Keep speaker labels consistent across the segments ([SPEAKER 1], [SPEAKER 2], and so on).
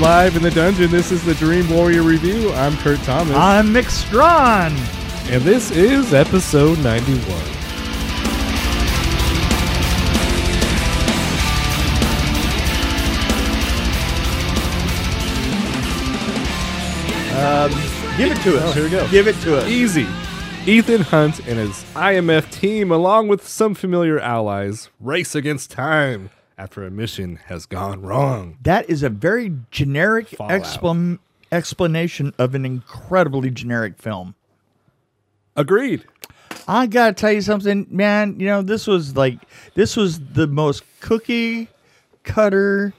[SPEAKER 1] live in the dungeon. This is the Dream Warrior Review. I'm Kurt Thomas.
[SPEAKER 2] I'm Nick Strawn.
[SPEAKER 1] and this is episode 91.
[SPEAKER 3] Give it to us.
[SPEAKER 1] Oh, here we go.
[SPEAKER 3] Give it to us.
[SPEAKER 1] Easy. Ethan Hunt and his IMF team, along with some familiar allies, race against time after a mission has gone wrong.
[SPEAKER 2] That is a very generic
[SPEAKER 1] Fallout.
[SPEAKER 2] explan- explanation of an incredibly generic film.
[SPEAKER 1] Agreed.
[SPEAKER 2] I gotta tell you something, man. You know, this was like this was the most cookie cutter,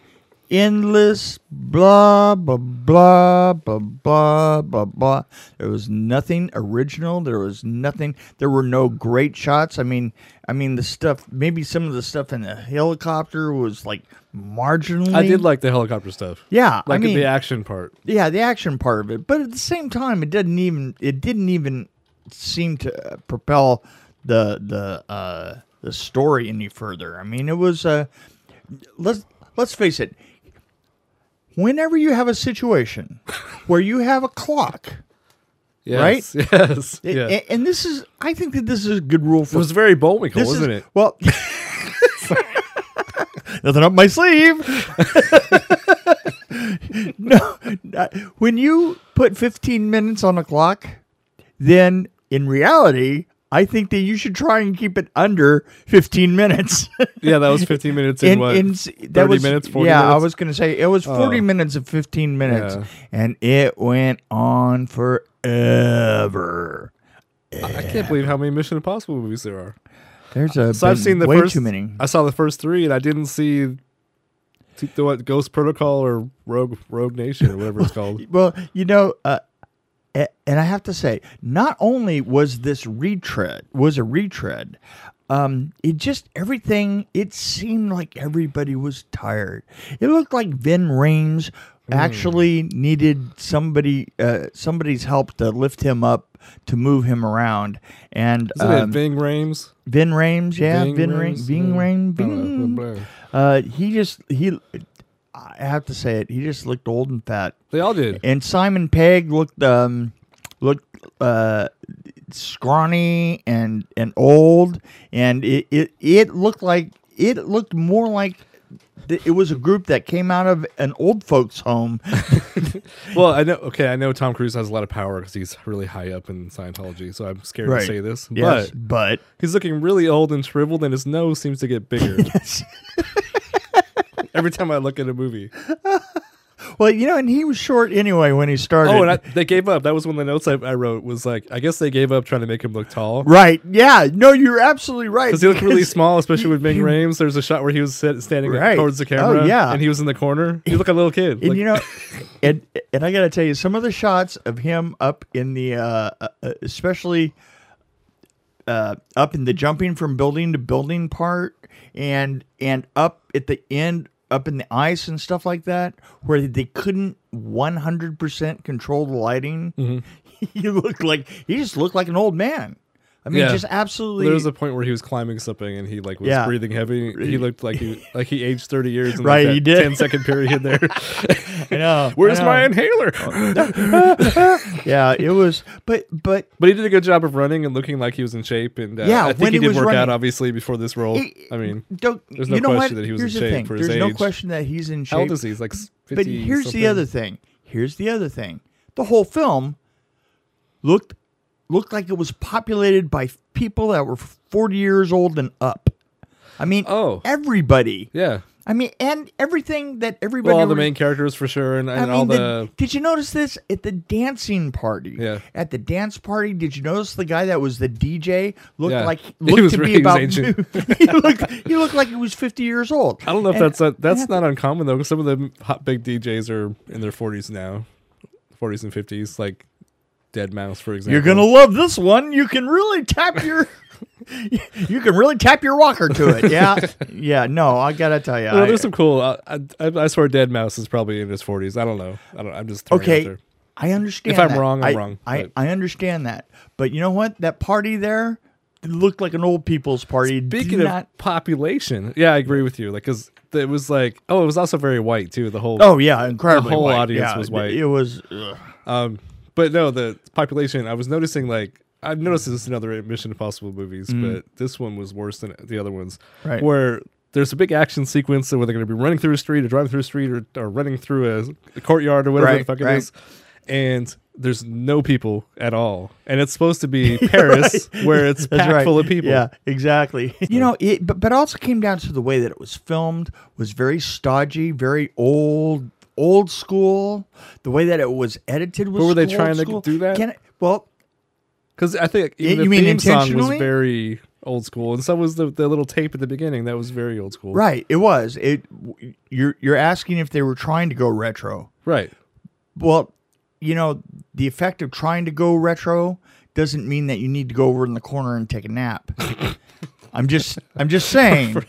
[SPEAKER 2] endless blah blah blah blah blah blah blah. There was nothing original. There was nothing. There were no great shots. I mean, I mean the stuff. Maybe some of the stuff in the helicopter was like marginally.
[SPEAKER 1] I did like the helicopter stuff.
[SPEAKER 2] Yeah, I
[SPEAKER 1] Like
[SPEAKER 2] mean,
[SPEAKER 1] the action part.
[SPEAKER 2] yeah the action part of it but at the same time it doesn't even it didn't even seem to uh, propel the the uh the story any further i mean it was uh let's let's face it whenever you have a situation where you have a clock
[SPEAKER 1] Yes, right? Yes.
[SPEAKER 2] a-
[SPEAKER 1] yeah.
[SPEAKER 2] a- and, this is i think that this is a good rule
[SPEAKER 1] it
[SPEAKER 2] for
[SPEAKER 1] was very Bolmical,
[SPEAKER 2] this
[SPEAKER 1] wasn't
[SPEAKER 2] is,
[SPEAKER 1] it?
[SPEAKER 2] well nothing up my sleeve no, not- when you put 15 minutes on a clock, then in reality, I think that you should try and keep it under 15 minutes.
[SPEAKER 1] Yeah, that was 15 minutes in, what?
[SPEAKER 2] in-
[SPEAKER 1] 30 minutes, 40
[SPEAKER 2] yeah,
[SPEAKER 1] minutes? Oh.
[SPEAKER 2] I was going to say it was 40 minutes of 15 minutes,
[SPEAKER 1] Yeah.
[SPEAKER 2] and it went on forever.
[SPEAKER 1] I can't believe how many Mission Impossible movies there are.
[SPEAKER 2] There's a
[SPEAKER 1] So I've
[SPEAKER 2] been
[SPEAKER 1] seen the
[SPEAKER 2] way
[SPEAKER 1] first.
[SPEAKER 2] too many.
[SPEAKER 1] I saw the first three, and I didn't see t- the what Ghost Protocol or Rogue Rogue Nation or whatever it's called.
[SPEAKER 2] Well, you know, uh, a- and I have to say, not only was this retread was a retread, um, it just everything. It seemed like everybody was tired. It looked like Vin Rames
[SPEAKER 1] Hmm.
[SPEAKER 2] actually needed somebody uh, somebody's help to lift him up to move him around. And
[SPEAKER 1] Isn't
[SPEAKER 2] um,
[SPEAKER 1] it Ving Rames?
[SPEAKER 2] Vin Rames, yeah,
[SPEAKER 1] Ving
[SPEAKER 2] Vin
[SPEAKER 1] Rhames?
[SPEAKER 2] Rames, Ving
[SPEAKER 1] Yeah. Oh,
[SPEAKER 2] Rames,
[SPEAKER 1] I don't know.
[SPEAKER 2] Ving.
[SPEAKER 1] Blah, blah.
[SPEAKER 2] Uh, he just he. I have to say it. He just looked old and fat.
[SPEAKER 1] They all did.
[SPEAKER 2] And Simon Pegg looked um looked uh scrawny and and old and it it, it looked like it looked more like th- it was a group that came out of an old folks home.
[SPEAKER 1] Well, I know. Okay, I know Tom Cruise has a lot of power because he's really high up in Scientology. So I'm scared to
[SPEAKER 2] Right.
[SPEAKER 1] say this,
[SPEAKER 2] Yes,
[SPEAKER 1] but
[SPEAKER 2] but
[SPEAKER 1] he's looking really old and shriveled, and his nose seems to get bigger every time I look at a movie.
[SPEAKER 2] well, you know, and he was short anyway when he started.
[SPEAKER 1] Oh, and I, they gave up. That was one of the notes I, I wrote. Was like, I guess they gave up trying to make him look tall.
[SPEAKER 2] right? Yeah, no, you're absolutely right.
[SPEAKER 1] Because he looked really
[SPEAKER 2] because-
[SPEAKER 1] small, especially with Bing Rames. There's a shot where he was sit- standing
[SPEAKER 2] Right.
[SPEAKER 1] towards the
[SPEAKER 2] Oh,
[SPEAKER 1] camera,
[SPEAKER 2] yeah.
[SPEAKER 1] and he was in the corner. He looked like a little kid.
[SPEAKER 2] And
[SPEAKER 1] Like,
[SPEAKER 2] you know, and and I gotta tell you, some of the shots of him up in the, uh, uh, especially uh, up in the jumping from building to building part, and and up at the end, up in the ice and stuff like that, where they couldn't one hundred percent control the lighting. He looked like he just looked like an old man. I mean,
[SPEAKER 1] Mm-hmm. Yeah.
[SPEAKER 2] just absolutely.
[SPEAKER 1] there was a point where he was climbing something, and he like was
[SPEAKER 2] Yeah.
[SPEAKER 1] breathing heavy. He looked like he like he aged thirty years. In
[SPEAKER 2] Right,
[SPEAKER 1] like
[SPEAKER 2] he did.
[SPEAKER 1] 10 second period there.
[SPEAKER 2] I know,
[SPEAKER 1] Where's
[SPEAKER 2] I know.
[SPEAKER 1] my inhaler?
[SPEAKER 2] Yeah, it was, but but
[SPEAKER 1] but he did a good job of running and looking like he was in shape. And uh,
[SPEAKER 2] Yeah,
[SPEAKER 1] I think
[SPEAKER 2] when
[SPEAKER 1] he
[SPEAKER 2] he
[SPEAKER 1] did
[SPEAKER 2] was
[SPEAKER 1] work out
[SPEAKER 2] running-
[SPEAKER 1] obviously before this role.
[SPEAKER 2] It-
[SPEAKER 1] I mean,
[SPEAKER 2] don't,
[SPEAKER 1] there's
[SPEAKER 2] you
[SPEAKER 1] no
[SPEAKER 2] know
[SPEAKER 1] question
[SPEAKER 2] what?
[SPEAKER 1] that he was
[SPEAKER 2] here's
[SPEAKER 1] in
[SPEAKER 2] the
[SPEAKER 1] shape
[SPEAKER 2] thing.
[SPEAKER 1] for his
[SPEAKER 2] there's no
[SPEAKER 1] age.
[SPEAKER 2] question that he's in shape.
[SPEAKER 1] how old is he? He's like s- 50
[SPEAKER 2] but here's
[SPEAKER 1] something.
[SPEAKER 2] the other thing. Here's the other thing. The whole film looked looked like it was populated by people that were 40 years old and up. I mean,
[SPEAKER 1] Oh.
[SPEAKER 2] everybody.
[SPEAKER 1] Yeah.
[SPEAKER 2] I mean, and everything that everybody.
[SPEAKER 1] Well, all the
[SPEAKER 2] re-
[SPEAKER 1] main characters for sure, and, and
[SPEAKER 2] I mean,
[SPEAKER 1] all
[SPEAKER 2] the-
[SPEAKER 1] the.
[SPEAKER 2] did you notice this at the dancing party?
[SPEAKER 1] Yeah.
[SPEAKER 2] At the dance party, did you notice the guy that was the DJ looked
[SPEAKER 1] Yeah.
[SPEAKER 2] like
[SPEAKER 1] He
[SPEAKER 2] looked
[SPEAKER 1] was
[SPEAKER 2] to
[SPEAKER 1] really- he
[SPEAKER 2] be
[SPEAKER 1] was
[SPEAKER 2] about
[SPEAKER 1] ancient.
[SPEAKER 2] he looked he looked like he was fifty years old.
[SPEAKER 1] I don't know if
[SPEAKER 2] And-
[SPEAKER 1] that's a, that's not uncommon though. 'cause some of the hot big DJs are in their forties now, forties and fifties, like Dead Mouse, for example.
[SPEAKER 2] You're gonna love this one. You can really tap your you can really tap your walker to it. Yeah, yeah. No, I gotta tell you.
[SPEAKER 1] Well,
[SPEAKER 2] I-
[SPEAKER 1] there's some cool. I, I, I swear, Dead Mouse is probably in his forties. I don't know. I don't. I'm just throwing it out
[SPEAKER 2] okay,
[SPEAKER 1] there.
[SPEAKER 2] I understand.
[SPEAKER 1] If I'm
[SPEAKER 2] that.
[SPEAKER 1] wrong, I'm
[SPEAKER 2] I-
[SPEAKER 1] wrong,
[SPEAKER 2] I,
[SPEAKER 1] but-
[SPEAKER 2] I understand that. But you know what? That party there, It looked like an old people's party. Do
[SPEAKER 1] Speaking
[SPEAKER 2] not-
[SPEAKER 1] of population, yeah, I agree with you. Like, cause it was like, oh, it was also very white too. The whole,
[SPEAKER 2] oh yeah, incredibly.
[SPEAKER 1] whole
[SPEAKER 2] white.
[SPEAKER 1] audience
[SPEAKER 2] Yeah,
[SPEAKER 1] was white.
[SPEAKER 2] It was. ugh.
[SPEAKER 1] um, but no, the population. I was noticing like I've noticed this in other Mission Impossible movies, but this one was worse than the other ones.
[SPEAKER 2] Mm. Right.
[SPEAKER 1] Where there's a big action sequence where they're going to be running through a street or driving through a street or, or running through a, a courtyard or whatever the
[SPEAKER 2] Right,
[SPEAKER 1] fuck
[SPEAKER 2] right.
[SPEAKER 1] it is, and there's no people at all, and it's supposed to be Paris where it's
[SPEAKER 2] That's
[SPEAKER 1] packed
[SPEAKER 2] right.
[SPEAKER 1] full of people.
[SPEAKER 2] Yeah, exactly. You know, it, but but also came down to the way that it was filmed was very stodgy, very old, old school. The way that it was edited was.
[SPEAKER 1] But were they
[SPEAKER 2] old
[SPEAKER 1] trying to
[SPEAKER 2] school.
[SPEAKER 1] do that?
[SPEAKER 2] Can I, well,
[SPEAKER 1] Because I think
[SPEAKER 2] Y-
[SPEAKER 1] even the
[SPEAKER 2] you mean
[SPEAKER 1] theme song was
[SPEAKER 2] intentionally?
[SPEAKER 1] very old school, and so was the, the little tape at the beginning that was very old school.
[SPEAKER 2] right, it was. It you're you're asking if they were trying to go retro.
[SPEAKER 1] right.
[SPEAKER 2] Well, you know, the effect of trying to go retro doesn't mean that you need to go over in the corner and take a nap. I'm just I'm just saying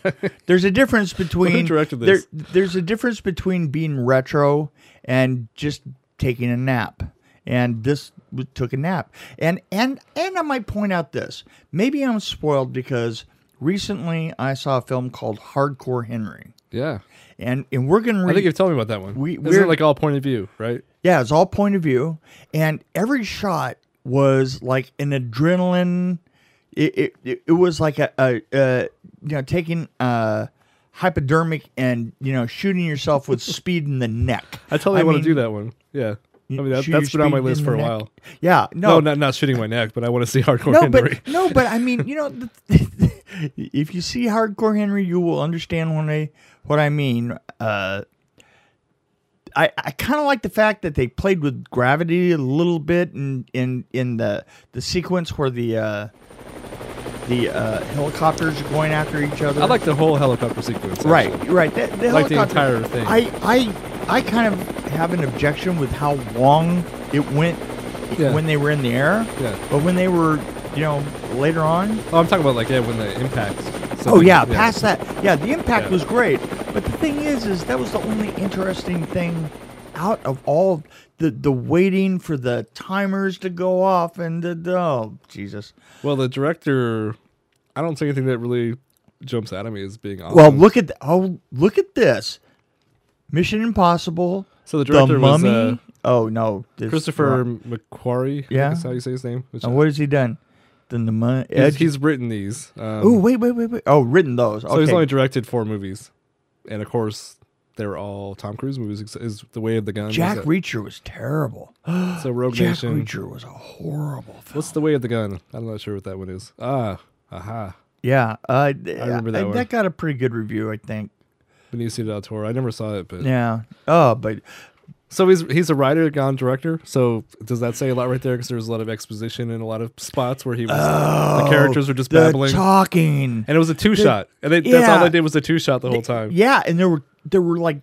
[SPEAKER 2] there's a difference between
[SPEAKER 1] directed
[SPEAKER 2] there-
[SPEAKER 1] this?
[SPEAKER 2] there's a difference between being retro and just taking a nap. And this w- took a nap. And and and I might point out this. Maybe I'm spoiled because recently I saw a film called Hardcore Henry.
[SPEAKER 1] Yeah,
[SPEAKER 2] And and we're going to
[SPEAKER 1] I
[SPEAKER 2] read
[SPEAKER 1] think you've told me about that one.
[SPEAKER 2] We-
[SPEAKER 1] Isn't
[SPEAKER 2] we're-
[SPEAKER 1] it like all point of view, right?
[SPEAKER 2] yeah, it's all point of view, and every shot was like an adrenaline. It it- it, it was like a, a, a you know taking a hypodermic and you know shooting yourself with speed in the neck.
[SPEAKER 1] I totally want
[SPEAKER 2] mean,
[SPEAKER 1] to do that one. Yeah, I mean that,
[SPEAKER 2] shoot your
[SPEAKER 1] that's been on my
[SPEAKER 2] speed
[SPEAKER 1] list
[SPEAKER 2] in
[SPEAKER 1] for a
[SPEAKER 2] the neck.
[SPEAKER 1] while.
[SPEAKER 2] Yeah,
[SPEAKER 1] No,
[SPEAKER 2] no,
[SPEAKER 1] not not shooting my neck, but I want to see hardcore
[SPEAKER 2] no,
[SPEAKER 1] Henry.
[SPEAKER 2] but no, but I mean, you know, the, if you see Hardcore Henry, you will understand what I what I mean. Uh, I I kind of like the fact that they played with gravity a little bit in in in the the sequence where the uh, the uh, helicopters are going after each other.
[SPEAKER 1] I like the whole helicopter sequence. actually.
[SPEAKER 2] right, right. That, the
[SPEAKER 1] like the
[SPEAKER 2] helicopter-
[SPEAKER 1] entire thing.
[SPEAKER 2] I I I kind of have an objection with how long it went
[SPEAKER 1] Yeah.
[SPEAKER 2] when they were in the air.
[SPEAKER 1] Yeah.
[SPEAKER 2] But when they were, you know, later on.
[SPEAKER 1] Oh, I'm talking about like yeah, when the impact.
[SPEAKER 2] oh yeah, past that. Yeah, the impact
[SPEAKER 1] Yeah.
[SPEAKER 2] was great. But the thing is, is that was the only interesting thing out of all the the waiting for the timers to go off and the, the oh Jesus.
[SPEAKER 1] Well, the director, I don't see anything that really jumps out at me as being awesome.
[SPEAKER 2] Well, look at th- oh look at this. Mission Impossible.
[SPEAKER 1] so the
[SPEAKER 2] The
[SPEAKER 1] director was
[SPEAKER 2] Mummy.
[SPEAKER 1] uh,
[SPEAKER 2] oh no, this-
[SPEAKER 1] Christopher McQuarrie. I think
[SPEAKER 2] Yeah.
[SPEAKER 1] is how you say his name. Which
[SPEAKER 2] Uh, what has he done? Then the Mummy.
[SPEAKER 1] He's, he's written these. Um,
[SPEAKER 2] Oh wait wait wait wait. Oh, written those.
[SPEAKER 1] so
[SPEAKER 2] Okay.
[SPEAKER 1] he's only directed four movies, and of course they were all Tom Cruise movies. ex- Is The Way of the Gun? was
[SPEAKER 2] Jack
[SPEAKER 1] a-
[SPEAKER 2] Reacher was terrible.
[SPEAKER 1] So Rogue
[SPEAKER 2] Jack
[SPEAKER 1] Nation.
[SPEAKER 2] Reacher was a horrible film.
[SPEAKER 1] What's The Way of the Gun? I'm not sure what that one is. Ah, aha.
[SPEAKER 2] Yeah, uh, I
[SPEAKER 1] remember that one.
[SPEAKER 2] That got a pretty good review, I think.
[SPEAKER 1] Benicio del Toro. I never saw it, but
[SPEAKER 2] Yeah. Oh, but
[SPEAKER 1] so he's he's a writer gone director. So does that say a lot right there? Because there was a lot of exposition and a lot of spots where he was
[SPEAKER 2] Uh,
[SPEAKER 1] the characters were just
[SPEAKER 2] oh, the
[SPEAKER 1] babbling,
[SPEAKER 2] talking.
[SPEAKER 1] and it was a two shot. And they, that's all
[SPEAKER 2] yeah.
[SPEAKER 1] they did was a two shot the whole time.
[SPEAKER 2] Yeah, and there were there were like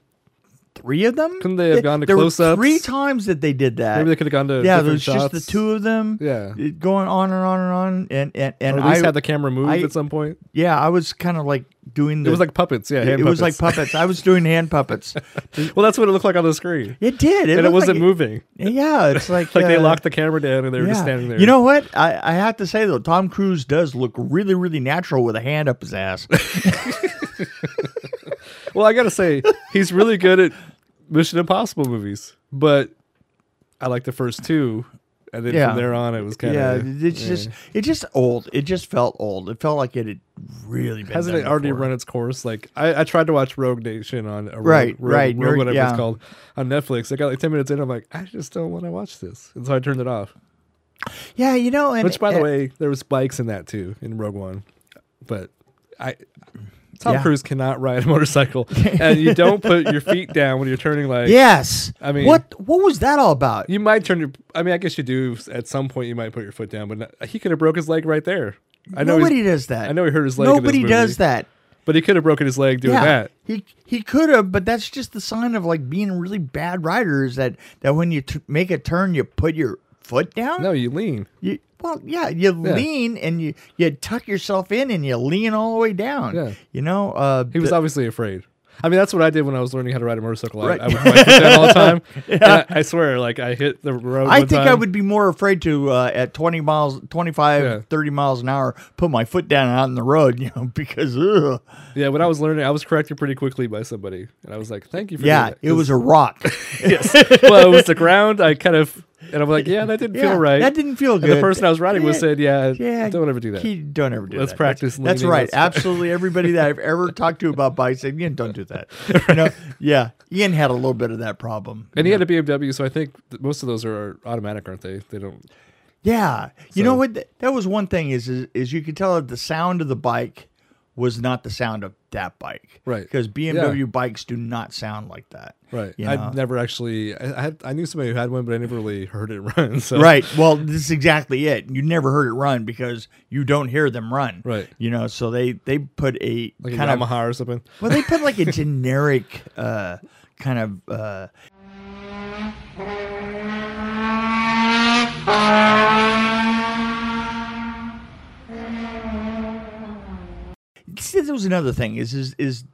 [SPEAKER 2] three of them.
[SPEAKER 1] Couldn't they have gone to
[SPEAKER 2] there were
[SPEAKER 1] close-ups?
[SPEAKER 2] Three times that they did that.
[SPEAKER 1] Maybe they could have gone to
[SPEAKER 2] yeah,
[SPEAKER 1] different
[SPEAKER 2] there was just the
[SPEAKER 1] shots.
[SPEAKER 2] two of them.
[SPEAKER 1] Yeah.
[SPEAKER 2] it- going on and on and on, and and and
[SPEAKER 1] Or at least
[SPEAKER 2] I
[SPEAKER 1] had the camera move
[SPEAKER 2] I-
[SPEAKER 1] at some point.
[SPEAKER 2] yeah, I was kind of like doing. The,
[SPEAKER 1] It was like puppets. Yeah,
[SPEAKER 2] it,
[SPEAKER 1] hand
[SPEAKER 2] it was like
[SPEAKER 1] puppets.
[SPEAKER 2] puppets. I was doing hand puppets.
[SPEAKER 1] well, that's what it looked like on the screen,
[SPEAKER 2] It did, it
[SPEAKER 1] and it
[SPEAKER 2] looked
[SPEAKER 1] wasn't
[SPEAKER 2] like
[SPEAKER 1] moving.
[SPEAKER 2] Yeah, it's like
[SPEAKER 1] Like they
[SPEAKER 2] uh,
[SPEAKER 1] locked the camera down and they were just
[SPEAKER 2] Yeah.
[SPEAKER 1] standing there.
[SPEAKER 2] You know what? I, I have to say though, Tom Cruise does look really, really natural with a hand up his ass.
[SPEAKER 1] Well, I gotta say, he's really good at Mission Impossible movies, but I like the first two, and then
[SPEAKER 2] Yeah.
[SPEAKER 1] from there on, it was kind
[SPEAKER 2] yeah,
[SPEAKER 1] of
[SPEAKER 2] it's just it's just old. It just felt old. It felt like it had really been.
[SPEAKER 1] hasn't
[SPEAKER 2] done
[SPEAKER 1] it already
[SPEAKER 2] before.
[SPEAKER 1] run its course? Like I, I tried to watch Rogue Nation on a
[SPEAKER 2] Right,
[SPEAKER 1] Rogue,
[SPEAKER 2] right,
[SPEAKER 1] Rogue,
[SPEAKER 2] you're-
[SPEAKER 1] whatever
[SPEAKER 2] yeah.
[SPEAKER 1] it's called on Netflix. I got like ten minutes in, I'm like, I just don't want to watch this, and so I turned it off.
[SPEAKER 2] Yeah, you know, and
[SPEAKER 1] Which, by the
[SPEAKER 2] and-
[SPEAKER 1] way, there was bikes in that too in Rogue One, but I. Tom
[SPEAKER 2] Yeah.
[SPEAKER 1] Cruise cannot ride a motorcycle, and you don't put your feet down when you're turning like
[SPEAKER 2] yes.
[SPEAKER 1] I mean-
[SPEAKER 2] what what was that all about?
[SPEAKER 1] You might turn your. I mean, I guess you do at some point. You might put your foot down, but not, he could have broke his leg right there. I know.
[SPEAKER 2] Nobody
[SPEAKER 1] he's-
[SPEAKER 2] does that.
[SPEAKER 1] I know he hurt his leg. in this
[SPEAKER 2] Nobody
[SPEAKER 1] movie,
[SPEAKER 2] does that.
[SPEAKER 1] But he could have broken his leg doing
[SPEAKER 2] yeah,
[SPEAKER 1] that.
[SPEAKER 2] he he could have, but that's just the sign of like being a really bad rider. Is that that when you t- make a turn, you put your foot down?
[SPEAKER 1] No, you lean.
[SPEAKER 2] You, well, yeah, you
[SPEAKER 1] Yeah.
[SPEAKER 2] lean and you you tuck yourself in and you lean all the way down.
[SPEAKER 1] Yeah.
[SPEAKER 2] You know, uh,
[SPEAKER 1] He was
[SPEAKER 2] the-
[SPEAKER 1] obviously afraid. I mean, that's what I did when I was learning how to ride a motorcycle.
[SPEAKER 2] Right.
[SPEAKER 1] I, I would like, that all the time. And I, I swear, like I hit the road.
[SPEAKER 2] I
[SPEAKER 1] one
[SPEAKER 2] think I
[SPEAKER 1] time.
[SPEAKER 2] would be more afraid to uh, at 20 miles, 25,
[SPEAKER 1] Yeah.
[SPEAKER 2] 30 miles an hour, put my foot down out on the road, you know, because ugh.
[SPEAKER 1] Yeah, when I was learning, I was corrected pretty quickly by somebody, and I was like, "Thank you for
[SPEAKER 2] yeah,
[SPEAKER 1] doing that."
[SPEAKER 2] it was a rock.
[SPEAKER 1] well, it was the ground. I kind of and I'm like, "Yeah, that didn't
[SPEAKER 2] Yeah,
[SPEAKER 1] feel right."
[SPEAKER 2] That didn't feel
[SPEAKER 1] and
[SPEAKER 2] good.
[SPEAKER 1] the person I was riding with
[SPEAKER 2] Yeah,
[SPEAKER 1] said, "Yeah,
[SPEAKER 2] yeah,
[SPEAKER 1] don't ever do that."
[SPEAKER 2] He- don't ever do
[SPEAKER 1] Let's
[SPEAKER 2] that.
[SPEAKER 1] practice
[SPEAKER 2] That's, that's
[SPEAKER 1] leaning,
[SPEAKER 2] right.
[SPEAKER 1] let's-
[SPEAKER 2] Absolutely, everybody that I've ever talked to about bikes, said, Ian, don't do that. You know, yeah, Ian had a little bit of that problem.
[SPEAKER 1] And he had a BMW, so I think th- most of those are automatic, aren't they? They don't.
[SPEAKER 2] Yeah, you know
[SPEAKER 1] So-
[SPEAKER 2] what? Th- That was one thing is, is is you could tell that the sound of the bike was not the sound of that bike,
[SPEAKER 1] Right.
[SPEAKER 2] Because BMW bikes do not sound like that,
[SPEAKER 1] Right.
[SPEAKER 2] You know?
[SPEAKER 1] I'd never actually. I I had. I knew somebody who had one, but I never really heard it run. So
[SPEAKER 2] Right. Well, this is exactly it. You never heard it run because you don't hear them run,
[SPEAKER 1] Right.
[SPEAKER 2] You know, so they they put a
[SPEAKER 1] Like
[SPEAKER 2] kind
[SPEAKER 1] a
[SPEAKER 2] of
[SPEAKER 1] Yamaha or something.
[SPEAKER 2] well, they put like a generic uh, kind of uh, See, there was another thing. Is is is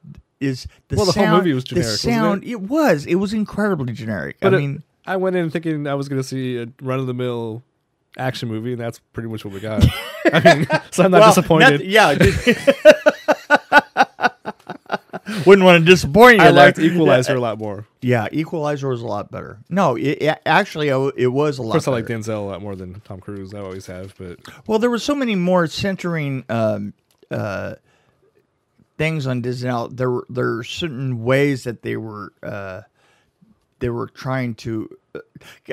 [SPEAKER 2] is the
[SPEAKER 1] Well, the whole
[SPEAKER 2] sound,
[SPEAKER 1] movie was generic,
[SPEAKER 2] The
[SPEAKER 1] wasn't it?
[SPEAKER 2] sound it? was it was incredibly generic.
[SPEAKER 1] But
[SPEAKER 2] I
[SPEAKER 1] it-
[SPEAKER 2] mean,
[SPEAKER 1] I went in thinking I was going to see a run of the mill action movie, and that's pretty much what we got. I mean, so I'm not
[SPEAKER 2] well,
[SPEAKER 1] disappointed.
[SPEAKER 2] noth- yeah. just- Wouldn't want to disappoint you.
[SPEAKER 1] I
[SPEAKER 2] there.
[SPEAKER 1] liked Equalizer a lot more. Of
[SPEAKER 2] Yeah, Equalizer was a lot better. No, it, it- actually, I w- it was a lot.
[SPEAKER 1] course, I
[SPEAKER 2] better.
[SPEAKER 1] like Denzel a lot more than Tom Cruise. I always have, but
[SPEAKER 2] Well, there were so many more centering um, uh, things on Disney. Now, there were there are certain ways that they were uh, they were trying to. uh,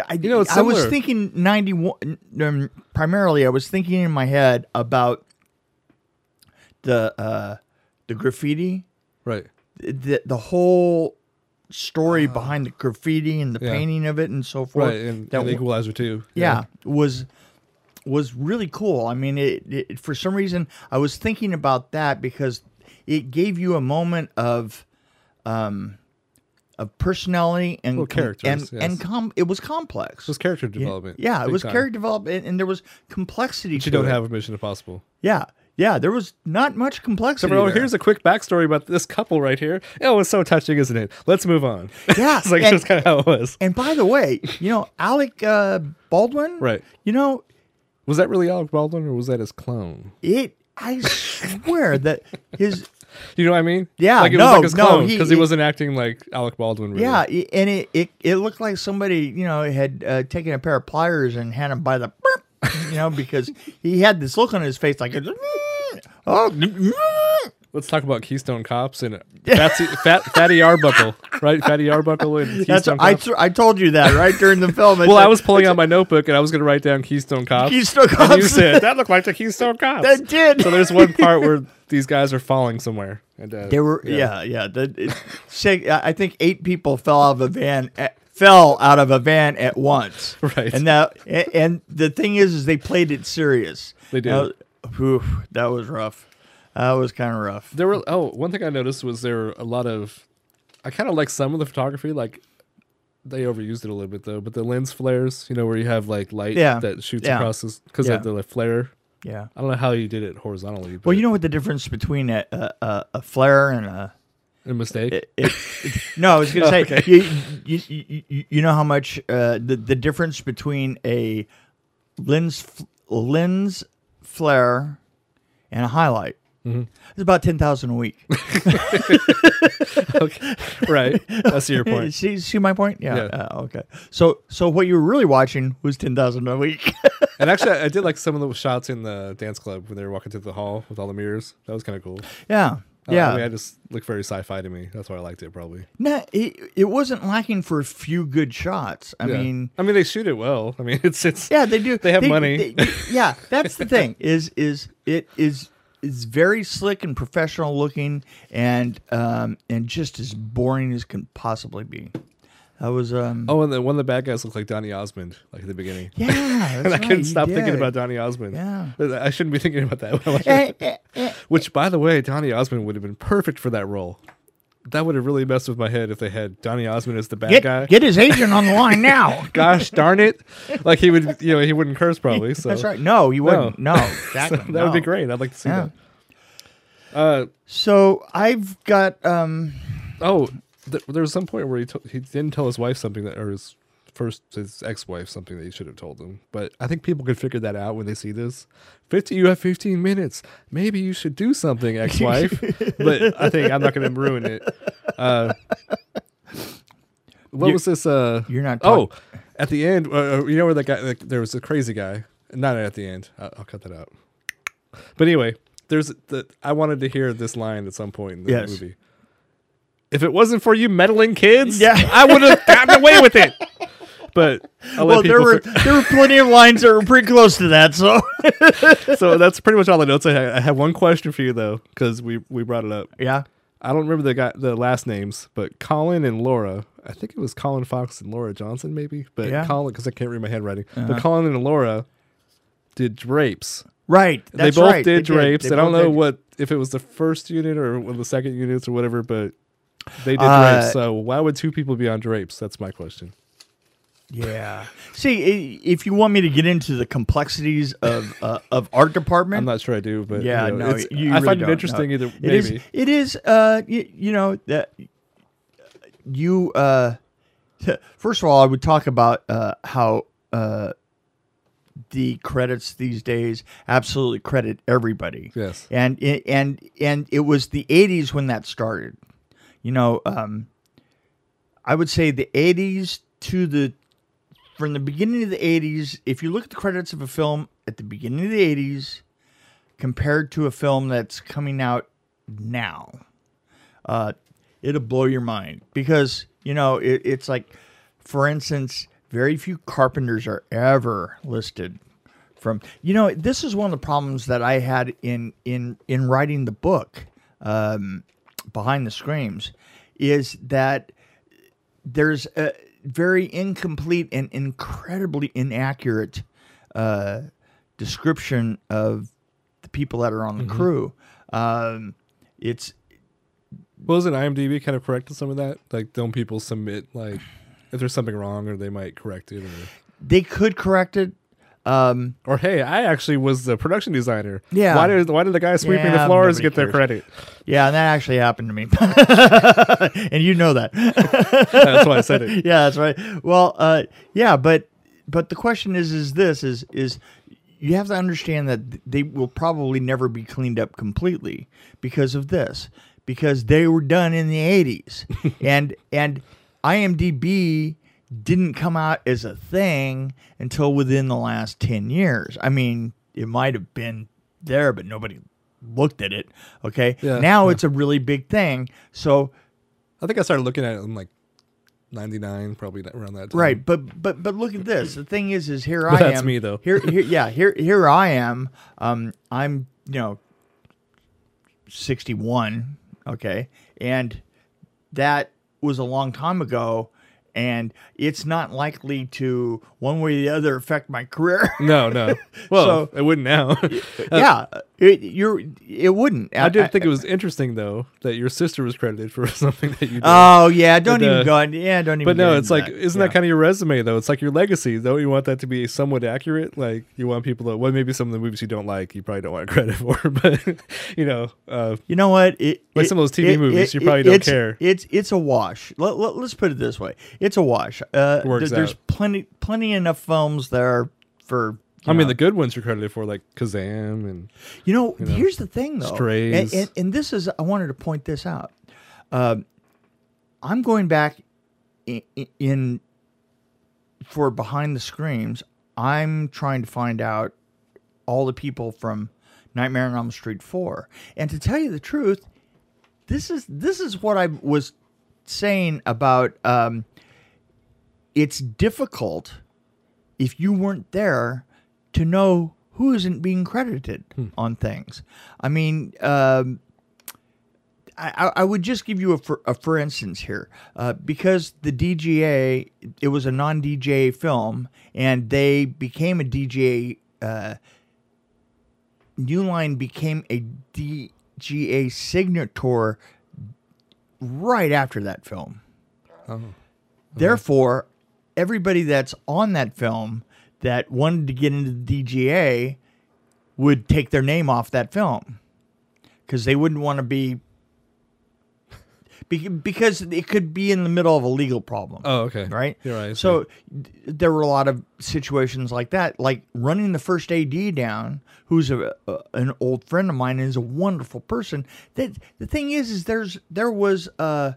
[SPEAKER 2] I,
[SPEAKER 1] You know, it's
[SPEAKER 2] I was
[SPEAKER 1] similar.
[SPEAKER 2] thinking ninety one. Um, primarily, I was thinking in my head about the uh, the graffiti
[SPEAKER 1] right.
[SPEAKER 2] the the whole story behind the graffiti and the
[SPEAKER 1] Uh-huh. Yeah.
[SPEAKER 2] painting of it and so forth.
[SPEAKER 1] Right, and,
[SPEAKER 2] that
[SPEAKER 1] and
[SPEAKER 2] wa-
[SPEAKER 1] Equalizer too.
[SPEAKER 2] yeah, was was really cool. I mean, it, it for some reason I was thinking about that because it gave you a moment of um of personality and
[SPEAKER 1] Well, characters,
[SPEAKER 2] and
[SPEAKER 1] yes.
[SPEAKER 2] and com- it was complex.
[SPEAKER 1] It was character
[SPEAKER 2] Yeah,
[SPEAKER 1] development.
[SPEAKER 2] Yeah, it
[SPEAKER 1] big
[SPEAKER 2] was
[SPEAKER 1] time.
[SPEAKER 2] character development, and there was complexity.
[SPEAKER 1] Which you
[SPEAKER 2] to
[SPEAKER 1] don't
[SPEAKER 2] it.
[SPEAKER 1] have a Mission Impossible.
[SPEAKER 2] Yeah, yeah, there was not much
[SPEAKER 1] So,
[SPEAKER 2] complexity.
[SPEAKER 1] oh,
[SPEAKER 2] there.
[SPEAKER 1] here's a quick backstory about this couple right here. Oh, it's so touching, isn't it? Let's move on.
[SPEAKER 2] Yeah,
[SPEAKER 1] it's like
[SPEAKER 2] and-
[SPEAKER 1] that's kind of how it was.
[SPEAKER 2] And by the way, you know Alec uh, Baldwin,
[SPEAKER 1] Right.
[SPEAKER 2] You know
[SPEAKER 1] Was that really Alec Baldwin, or was that his clone?
[SPEAKER 2] it. I swear that his
[SPEAKER 1] You know what I mean?
[SPEAKER 2] Yeah,
[SPEAKER 1] like it
[SPEAKER 2] no,
[SPEAKER 1] was like his
[SPEAKER 2] no,
[SPEAKER 1] clone
[SPEAKER 2] he-
[SPEAKER 1] because he,
[SPEAKER 2] he-
[SPEAKER 1] wasn't acting like Alec Baldwin. Really.
[SPEAKER 2] yeah, i- and it, it it looked like somebody you know had uh, taken a pair of pliers and had him by the, you know, because he had this look on his face like, oh,
[SPEAKER 1] Let's talk about Keystone Cops and Fatsy, Fat, Fatty Arbuckle, right? Fatty Arbuckle and
[SPEAKER 2] that's
[SPEAKER 1] Keystone
[SPEAKER 2] I
[SPEAKER 1] Cops.
[SPEAKER 2] I told you that right during the film.
[SPEAKER 1] well, I was pulling out my notebook and I was going to write down Keystone Cops.
[SPEAKER 2] Keystone
[SPEAKER 1] And you
[SPEAKER 2] Cops.
[SPEAKER 1] said that looked like the Keystone Cops.
[SPEAKER 2] that did.
[SPEAKER 1] so there's one part where these guys are falling somewhere. And, uh,
[SPEAKER 2] They were yeah yeah. the, it, shake, I I think eight people fell out of a van. At, fell out of a van at once.
[SPEAKER 1] Right.
[SPEAKER 2] And now and, and the thing is, is they played it serious.
[SPEAKER 1] They did.
[SPEAKER 2] Now, whew, that was rough. That was kind of rough.
[SPEAKER 1] There were oh one thing I noticed was there were a lot of I kind of like some of the photography like they overused it a little bit though but the lens flares you know where you have like light
[SPEAKER 2] Yeah.
[SPEAKER 1] that shoots
[SPEAKER 2] Yeah.
[SPEAKER 1] across this because
[SPEAKER 2] Yeah.
[SPEAKER 1] of the flare
[SPEAKER 2] Yeah.
[SPEAKER 1] I don't know how you did it horizontally but
[SPEAKER 2] Well, you know what the difference between a a, a, a flare and a
[SPEAKER 1] a mistake
[SPEAKER 2] it, it, no, I was gonna say you, you, you, you- you know how much uh, the the difference between a lens f- lens flare and a highlight.
[SPEAKER 1] Mm-hmm.
[SPEAKER 2] It's about ten thousand a week.
[SPEAKER 1] okay. right that's your point
[SPEAKER 2] see, see my point? Yeah.
[SPEAKER 1] Yeah.
[SPEAKER 2] Uh, okay. So, so what you were really watching was ten thousand a week.
[SPEAKER 1] and actually I did like some of the shots in the dance club when they were walking through the hall with all the mirrors that was kind of cool
[SPEAKER 2] yeah.
[SPEAKER 1] I-
[SPEAKER 2] Yeah.
[SPEAKER 1] I mean I just looked very sci-fi to me that's why I liked it probably
[SPEAKER 2] no, it, it wasn't lacking for a few good shots. I
[SPEAKER 1] Yeah.
[SPEAKER 2] mean,
[SPEAKER 1] I mean they shoot it well I mean it's it's
[SPEAKER 2] Yeah, they do.
[SPEAKER 1] They have money.
[SPEAKER 2] they- yeah, that's the thing. Is is it is is very slick and professional looking, and um and just as boring as can possibly be. That was um.
[SPEAKER 1] oh and the one of the bad guys looked like Donny Osmond like at the beginning
[SPEAKER 2] Yeah, that's
[SPEAKER 1] and I
[SPEAKER 2] right,
[SPEAKER 1] couldn't
[SPEAKER 2] he
[SPEAKER 1] stop thinking
[SPEAKER 2] did.
[SPEAKER 1] about Donny Osmond.
[SPEAKER 2] Yeah.
[SPEAKER 1] I shouldn't be thinking about that. when I watch it.
[SPEAKER 2] Eh, eh, eh.
[SPEAKER 1] Which, by the way, Donny Osmond would have been perfect for that role. That would have really messed with my head if they had Donny Osmond as the bad guy.
[SPEAKER 2] Get, get his agent on the line now.
[SPEAKER 1] Gosh darn it! Like he would, you know, he wouldn't curse probably. So
[SPEAKER 2] That's right. No, he wouldn't. No, exactly.
[SPEAKER 1] that would be
[SPEAKER 2] no.
[SPEAKER 1] great. I'd like to see
[SPEAKER 2] Yeah.
[SPEAKER 1] that. Uh,
[SPEAKER 2] So I've got um
[SPEAKER 1] Oh, th- there was some point where he to- he didn't tell his wife something that, or his first his ex wife something that he should have told him. But I think people could figure that out when they see this. Fifty, you have fifteen minutes. Maybe you should do something, ex wife. but I think I'm not going to ruin it. Uh, what
[SPEAKER 2] You-
[SPEAKER 1] was this? Uh,
[SPEAKER 2] You're not.
[SPEAKER 1] oh,
[SPEAKER 2] talk-
[SPEAKER 1] at the end, uh, uh, you know where that guy? Like, there was a crazy guy. Not at the end. I- I'll cut that out. But anyway, there's the. I wanted to hear this line at some point in the
[SPEAKER 2] Yes.
[SPEAKER 1] movie. If it wasn't for you meddling kids,
[SPEAKER 2] Yeah.
[SPEAKER 1] I would have gotten away with it. But I'll let
[SPEAKER 2] Well, there
[SPEAKER 1] people
[SPEAKER 2] were there were plenty of lines that were pretty close to that. So
[SPEAKER 1] fi- so that's pretty much all the notes I had. I have one question for you though, because we we brought it up.
[SPEAKER 2] yeah,
[SPEAKER 1] I don't remember the guy the last names, but Colin and Laura. I think it was Colin Fox and Laura Johnson, maybe. But
[SPEAKER 2] Yeah. Uh-huh.
[SPEAKER 1] Colin, because I can't read my handwriting. But Colin and Laura did drapes.
[SPEAKER 2] right. That's
[SPEAKER 1] they both
[SPEAKER 2] right,
[SPEAKER 1] did drapes.
[SPEAKER 2] They
[SPEAKER 1] I don't
[SPEAKER 2] both
[SPEAKER 1] know
[SPEAKER 2] did-
[SPEAKER 1] what if it was the first unit or one of the second units or whatever, but they did
[SPEAKER 2] Uh,
[SPEAKER 1] drapes. So why would two people be on drapes? That's my question.
[SPEAKER 2] Yeah. See, i- if you want me to get into the complexities of uh, of art department,
[SPEAKER 1] I'm not sure I do, but
[SPEAKER 2] yeah,
[SPEAKER 1] you know,
[SPEAKER 2] no,
[SPEAKER 1] it's-
[SPEAKER 2] you
[SPEAKER 1] I
[SPEAKER 2] really
[SPEAKER 1] find
[SPEAKER 2] don't,
[SPEAKER 1] it
[SPEAKER 2] no.
[SPEAKER 1] interesting either.
[SPEAKER 2] It is-
[SPEAKER 1] Maybe
[SPEAKER 2] it is. Uh, you, you know that you. Uh, first of all, I would talk about uh, how uh, the credits these days absolutely credit everybody.
[SPEAKER 1] Yes.
[SPEAKER 2] and i- and and it was the '80s when that started. You know, um, I would say the '80s to the from the beginning of the 80s, if you look at the credits of a film at the beginning of the 80s compared to a film that's coming out now, uh, it'll blow your mind because, you know, it, it's like, for instance, very few carpenters are ever listed from you know this is one of the problems that i had in in in writing the book um, behind the screams is that there's a very incomplete and incredibly inaccurate uh, description of the people that are on the crew. Um, it's
[SPEAKER 1] Well, isn't IMDb kind of correct in some of that? Like, don't people submit like if there's something wrong, or they might correct it, or,
[SPEAKER 2] they could correct it. Um,
[SPEAKER 1] or hey, I actually was the production designer.
[SPEAKER 2] Yeah.
[SPEAKER 1] Why did why did the guy sweeping
[SPEAKER 2] Yeah,
[SPEAKER 1] the floors
[SPEAKER 2] nobody
[SPEAKER 1] get their
[SPEAKER 2] cares.
[SPEAKER 1] credit?
[SPEAKER 2] yeah, and that actually happened to me, and you know that.
[SPEAKER 1] That's why I said it.
[SPEAKER 2] yeah, that's right. Well, uh, yeah, but but the question is, is this is is you have to understand that th- they will probably never be cleaned up completely because of this, because they were done in the eighties, and and IMDb didn't come out as a thing until within the last ten years. I mean, it might have been there, but nobody looked at it. Okay,
[SPEAKER 1] Yeah,
[SPEAKER 2] now it's a really big thing. So
[SPEAKER 1] I think I started looking at it in like '99, probably around that time.
[SPEAKER 2] Right, but but but look at this. The thing is, is here I
[SPEAKER 1] that's
[SPEAKER 2] am.
[SPEAKER 1] me, though.
[SPEAKER 2] Here, here, yeah, here, here I am. Um, I'm you know, sixty one. Okay, and that was a long time ago, and it's not likely to one way or the other affect my career.
[SPEAKER 1] No, no. Well, it wouldn't now.
[SPEAKER 2] yeah, it, you're. It wouldn't.
[SPEAKER 1] Uh, I did think it was interesting though that your sister was credited for something that you did.
[SPEAKER 2] Oh yeah, don't
[SPEAKER 1] But, uh,
[SPEAKER 2] even go. on- Yeah, don't even.
[SPEAKER 1] but
[SPEAKER 2] get
[SPEAKER 1] no, it's
[SPEAKER 2] into
[SPEAKER 1] like
[SPEAKER 2] that.
[SPEAKER 1] is isn't that kind of your resume though? It's like your legacy. Don't you want that to be somewhat accurate? Like you want people to well maybe some of the movies you don't like you probably don't want credit for, but you know, uh,
[SPEAKER 2] You know what? It,
[SPEAKER 1] Like
[SPEAKER 2] it-
[SPEAKER 1] some of those TV
[SPEAKER 2] it-
[SPEAKER 1] movies,
[SPEAKER 2] it-
[SPEAKER 1] you probably don't
[SPEAKER 2] it's-
[SPEAKER 1] care.
[SPEAKER 2] It's it's a wash. Let, let, us put it this way: it's a wash. Uh,
[SPEAKER 1] Works
[SPEAKER 2] th- there's
[SPEAKER 1] out.
[SPEAKER 2] plenty plenty enough films there for.
[SPEAKER 1] I mean the good ones you're credited for like Kazam and
[SPEAKER 2] you know, here's the thing though.
[SPEAKER 1] Strays.
[SPEAKER 2] And, and, and this is I wanted to point this out. Um, I'm going back in, in for behind the screams. I'm trying to find out all the people from Nightmare on Elm Street 4. And to tell you the truth, this is this is what I was saying about um, it's difficult if you weren't there to know who isn't being credited on things. I mean, um, I, I- I would just give you a for, a for instance here uh, because the DGA it was a non DGA film and they became a DGA. Uh, New Line became a DGA signator right after that film. Oh.
[SPEAKER 1] Mm-hmm.
[SPEAKER 2] Therefore, everybody that's on that film that wanted to get into the DGA would take their name off that film because they wouldn't want to be Be- because it could be in the middle of a legal problem.
[SPEAKER 1] Oh, okay.
[SPEAKER 2] right?
[SPEAKER 1] You're right. I see.
[SPEAKER 2] So th- there were a lot of situations like that, like running the first AD down, who's a, a an old friend of mine and is a wonderful person. That the thing is, is there's there was uh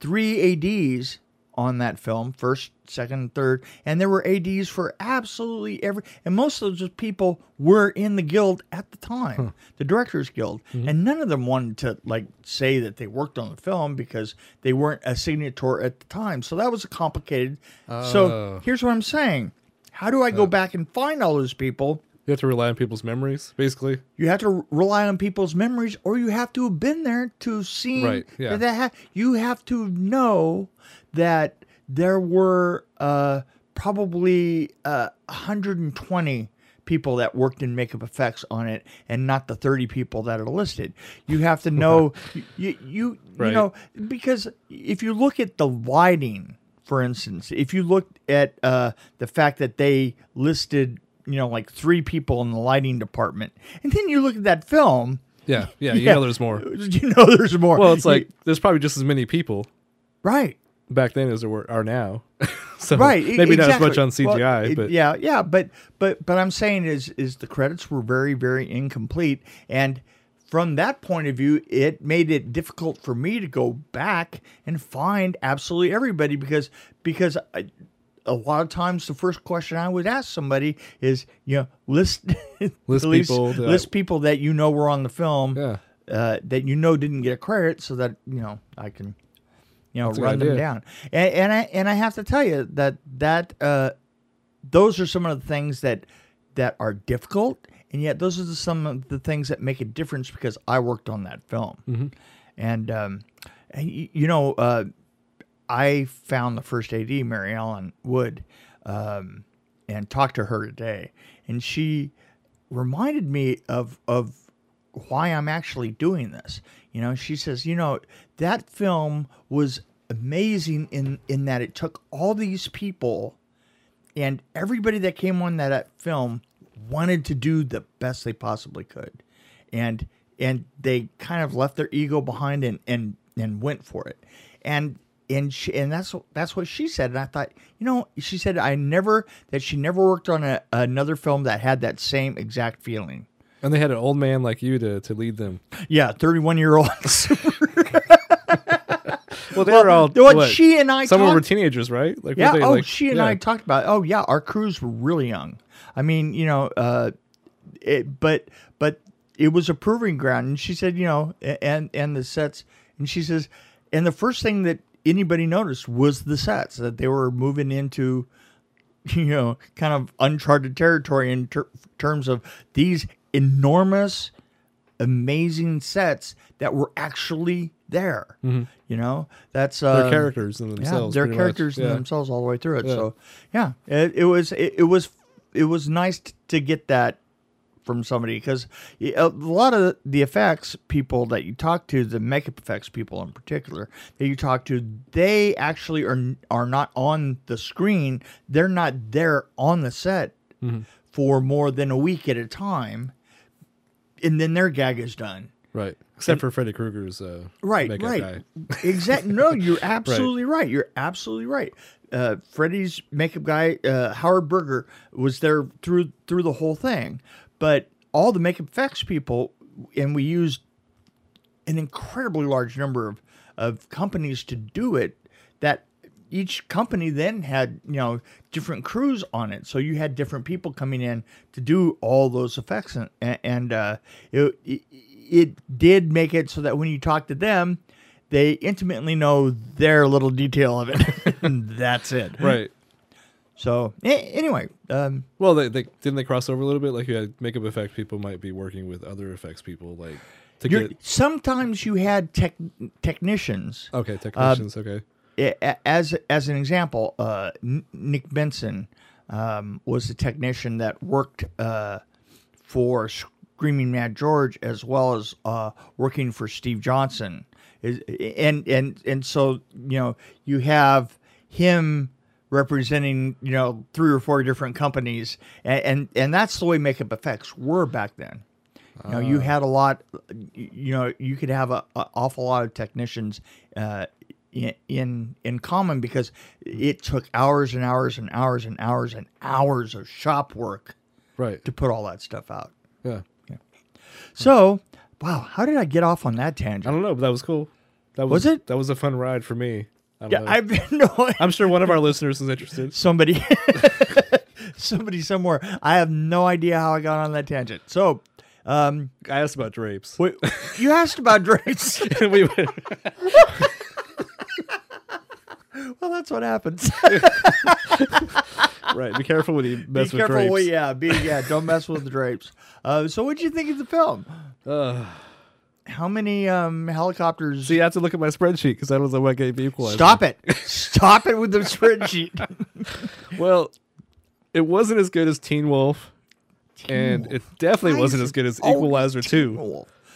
[SPEAKER 2] three ADs on that film, first, second, third, and there were ADs for absolutely every, and most of those people were in the guild at the time, the Directors Guild, and none of them wanted to like say that they worked on the film because they weren't a signator at the time. So that was a complicated. So
[SPEAKER 1] Oh.
[SPEAKER 2] here's what I'm saying: How do I go back and find all those people?
[SPEAKER 1] you have to rely on people's memories, basically.
[SPEAKER 2] You have to r- rely on people's memories, or you have to have been there to see
[SPEAKER 1] Right, yeah.
[SPEAKER 2] that. Ha- you have to know that there were uh, probably uh, 120 people that worked in makeup effects on it, and not the 30 people that are listed. You have to know you you, you
[SPEAKER 1] Right.
[SPEAKER 2] know because if you look at the lighting, for instance, if you looked at uh, the fact that they listed, you know, like three people in the lighting department, and then you look at that film,
[SPEAKER 1] Yeah, yeah. You
[SPEAKER 2] Yeah.
[SPEAKER 1] know, there's more.
[SPEAKER 2] you know, there's more.
[SPEAKER 1] Well, it's
[SPEAKER 2] You-
[SPEAKER 1] like there's probably just as many people
[SPEAKER 2] right,
[SPEAKER 1] back then as there were, are now. so
[SPEAKER 2] right. e-
[SPEAKER 1] maybe not as
[SPEAKER 2] exactly.
[SPEAKER 1] much on
[SPEAKER 2] Well,
[SPEAKER 1] CGI,
[SPEAKER 2] it-
[SPEAKER 1] but
[SPEAKER 2] yeah, yeah, but but but I'm saying is is the credits were very very incomplete, and from that point of view, it made it difficult for me to go back and find absolutely everybody because because I, a lot of times the first question I would ask somebody is you know list
[SPEAKER 1] List
[SPEAKER 2] at least-
[SPEAKER 1] people that-
[SPEAKER 2] list people that you know were on the film
[SPEAKER 1] Yeah.
[SPEAKER 2] uh, that you know didn't get a credit so that you know I can you know
[SPEAKER 1] a
[SPEAKER 2] run
[SPEAKER 1] good
[SPEAKER 2] them
[SPEAKER 1] idea.
[SPEAKER 2] down and, and I and I have to tell you that that uh, those are some of the things that that are difficult and yet those are the, some of the things that make a difference because I worked on that film
[SPEAKER 1] Mm-hmm.
[SPEAKER 2] and um, and y- you know uh, I found the first AD Mary Ellen Wood um, and talked to her today and she reminded me of of why I'm actually doing this. You know, she says, you know, that film was amazing in in that it took all these people and everybody that came on that, that film wanted to do the best they possibly could. And and they kind of left their ego behind and and and went for it. And and she, and that's that's what she said and I thought, you know, she said I never that she never worked on a, another film that had that same exact feeling.
[SPEAKER 1] and they had an old man like you to, to lead them.
[SPEAKER 2] Yeah, 31 year old.
[SPEAKER 1] Well, they were all
[SPEAKER 2] what,
[SPEAKER 1] what?
[SPEAKER 2] she and I
[SPEAKER 1] Some
[SPEAKER 2] talked,
[SPEAKER 1] were teenagers, right? Like, were
[SPEAKER 2] yeah,
[SPEAKER 1] they,
[SPEAKER 2] oh,
[SPEAKER 1] like-
[SPEAKER 2] she and
[SPEAKER 1] yeah.
[SPEAKER 2] I talked about. Oh, yeah, our crews were really young. I mean, you know, uh, it, but but it was a proving ground, and she said, you know, a- and and the sets, and she says, and the first thing that anybody noticed was the sets that they were moving into you know, kind of uncharted territory in ter- terms of these enormous, amazing sets that were actually there. You know, that's
[SPEAKER 1] Mm-hmm. They're
[SPEAKER 2] uh,
[SPEAKER 1] characters in
[SPEAKER 2] Yeah,
[SPEAKER 1] themselves.
[SPEAKER 2] they're
[SPEAKER 1] pretty much.
[SPEAKER 2] characters in
[SPEAKER 1] Yeah.
[SPEAKER 2] themselves all the way through it. So yeah, it, it was it, it was it was nice t- to get that from somebody because a lot of the effects people that you talk to, the makeup effects people in particular that you talk to, they actually are are not on the screen. They're not there on the set
[SPEAKER 1] Mm-hmm.
[SPEAKER 2] for more than a week at a time, and then their gag is done.
[SPEAKER 1] Right. Except for Freddy Krueger's uh,
[SPEAKER 2] Right,
[SPEAKER 1] makeup guy.
[SPEAKER 2] right. Mm-hmm. Exactly. No, you're absolutely right. You're absolutely right. Uh, Freddie's makeup guy, uh, Howard Berger, was there through through the whole thing, but all the makeup effects people, and we used an incredibly large number of of companies to do it. That each company then had you know different crews on it, so you had different people coming in to do all those effects, and and uh, it it- it did make it so that when you talk to them, they intimately know their little detail of it. That's it.
[SPEAKER 1] Right.
[SPEAKER 2] So a- anyway, um,
[SPEAKER 1] Well, they, they didn't they cross over a little bit. Like you had makeup effects people might be working with other effects people, like to
[SPEAKER 2] you're,
[SPEAKER 1] get
[SPEAKER 2] sometimes you had tech, technicians
[SPEAKER 1] okay technicians. okay,
[SPEAKER 2] a- a- as as an example, uh, N- Nick Benson um, was the technician that worked uh, for Screaming Mad George as well as uh, working for Steve Johnson, Is- and and and so you know you have him representing you know three or four different companies, and and, and that's the way makeup effects were back then. You know, you had a lot. You know, you could have a, a awful lot of technicians uh, in in, in common because it took hours and hours and hours and hours and hours of shop work
[SPEAKER 1] Right.
[SPEAKER 2] to put all that stuff out.
[SPEAKER 1] Yeah.
[SPEAKER 2] So, wow, how did I get off on that
[SPEAKER 1] I
[SPEAKER 2] tangent?
[SPEAKER 1] don't know, but that was cool. That
[SPEAKER 2] Was
[SPEAKER 1] was,
[SPEAKER 2] it?
[SPEAKER 1] That was a fun ride for me. I don't
[SPEAKER 2] Yeah,
[SPEAKER 1] know.
[SPEAKER 2] I've been no,
[SPEAKER 1] I'm sure one of our listeners is interested.
[SPEAKER 2] somebody, somebody somewhere. I have no idea how I got on that tangent. So, um,
[SPEAKER 1] I asked about drapes.
[SPEAKER 2] wait, you asked about drapes.
[SPEAKER 1] We went-
[SPEAKER 2] well, that's what happens.
[SPEAKER 1] right. Be careful when you
[SPEAKER 2] be
[SPEAKER 1] mess with
[SPEAKER 2] careful.
[SPEAKER 1] drapes.
[SPEAKER 2] What, yeah, be yeah. Don't mess with the drapes. Uh, so, what'd you think of the film?
[SPEAKER 1] Ugh.
[SPEAKER 2] How many um, helicopters?
[SPEAKER 1] so you have to look at my spreadsheet because I don't know what gave equalizer.
[SPEAKER 2] Stop it! Stop it with the spreadsheet.
[SPEAKER 1] Well, it wasn't as good as Teen Wolf, and it definitely wasn't as good as
[SPEAKER 2] Always
[SPEAKER 1] Equalizer Two.
[SPEAKER 2] Cool. Oh,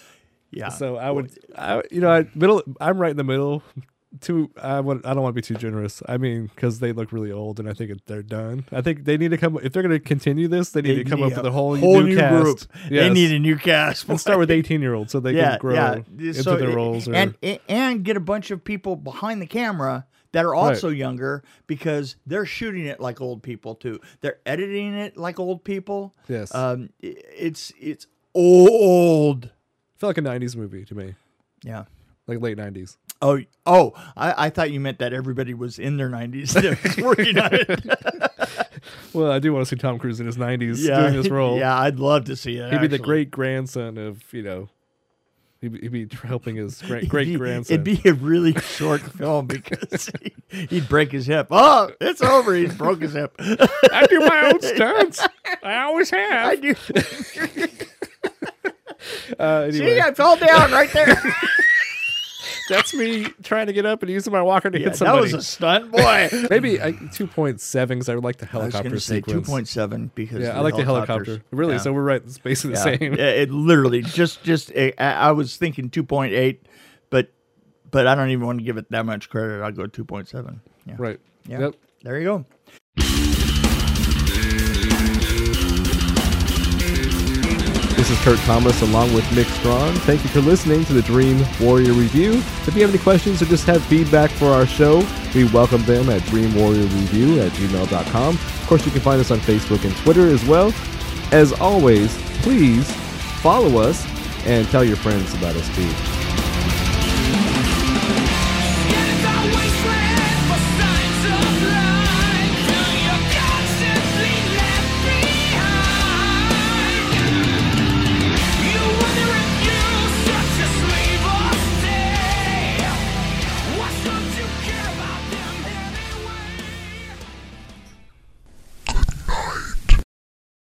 [SPEAKER 2] Yeah.
[SPEAKER 1] So I would, I, you know, I middle. I'm right in the middle. Too, I would, I don't want to be too generous. I mean, because they look really old, and I think it- they're done. I think they need to come if they're going to continue this. They need
[SPEAKER 2] They
[SPEAKER 1] to come
[SPEAKER 2] need
[SPEAKER 1] up with a whole, new,
[SPEAKER 2] group.
[SPEAKER 1] cast.
[SPEAKER 2] They
[SPEAKER 1] Yes.
[SPEAKER 2] need a new cast.
[SPEAKER 1] and start with 18 year olds so they
[SPEAKER 2] yeah,
[SPEAKER 1] can grow
[SPEAKER 2] yeah.
[SPEAKER 1] into
[SPEAKER 2] So- eh,
[SPEAKER 1] their roles. Or,
[SPEAKER 2] and and get a bunch of people behind the camera that are also younger because they're shooting it like old people too. They're editing it like old people.
[SPEAKER 1] yes,
[SPEAKER 2] Um, i- it's it's old.
[SPEAKER 1] felt like a 90s movie to me,
[SPEAKER 2] Yeah.
[SPEAKER 1] like late 90s.
[SPEAKER 2] Oh, oh! I, I thought you meant that everybody was in their nineties working on it.
[SPEAKER 1] Well, I do want to see Tom Cruise in his 90s doing this role.
[SPEAKER 2] Yeah, I'd love to see it.
[SPEAKER 1] He'd be the
[SPEAKER 2] actually.
[SPEAKER 1] great grandson of, you know, he'd be, he'd be tr- helping his great
[SPEAKER 2] It'd be-
[SPEAKER 1] great grandson.
[SPEAKER 2] It'd be a really short film because he, would break his hip. Oh, it's over. He's broke his hip.
[SPEAKER 1] I do my own stunts. I always have.
[SPEAKER 2] I do.
[SPEAKER 1] uh, anyway,
[SPEAKER 2] See, I fell down right there.
[SPEAKER 1] that's me trying to get up and using my walker to
[SPEAKER 2] Yeah,
[SPEAKER 1] hit
[SPEAKER 2] that
[SPEAKER 1] somebody.
[SPEAKER 2] was a stunt, boy.
[SPEAKER 1] Maybe I, 2.7 because I would like the helicopter sequence.
[SPEAKER 2] 2.7 because
[SPEAKER 1] yeah, I like the helicopter. Really? So we're right. It's basically the same.
[SPEAKER 2] Yeah, it literally just just I, I was thinking 2.8, but but I don't even want to give it that much credit. I'll go 2.7. Yeah.
[SPEAKER 1] Right.
[SPEAKER 2] Yeah.
[SPEAKER 1] Yep.
[SPEAKER 2] There you go.
[SPEAKER 1] This is Kurt Thomas along with Nick Strawn. Thank you for listening to the Dream Warrior Review. If you have any questions or just have feedback for our show, we welcome them at dreamwarriorreview at gmail.com. Of course, you can find us on Facebook and Twitter as well. As always, please follow us and tell your friends about us too.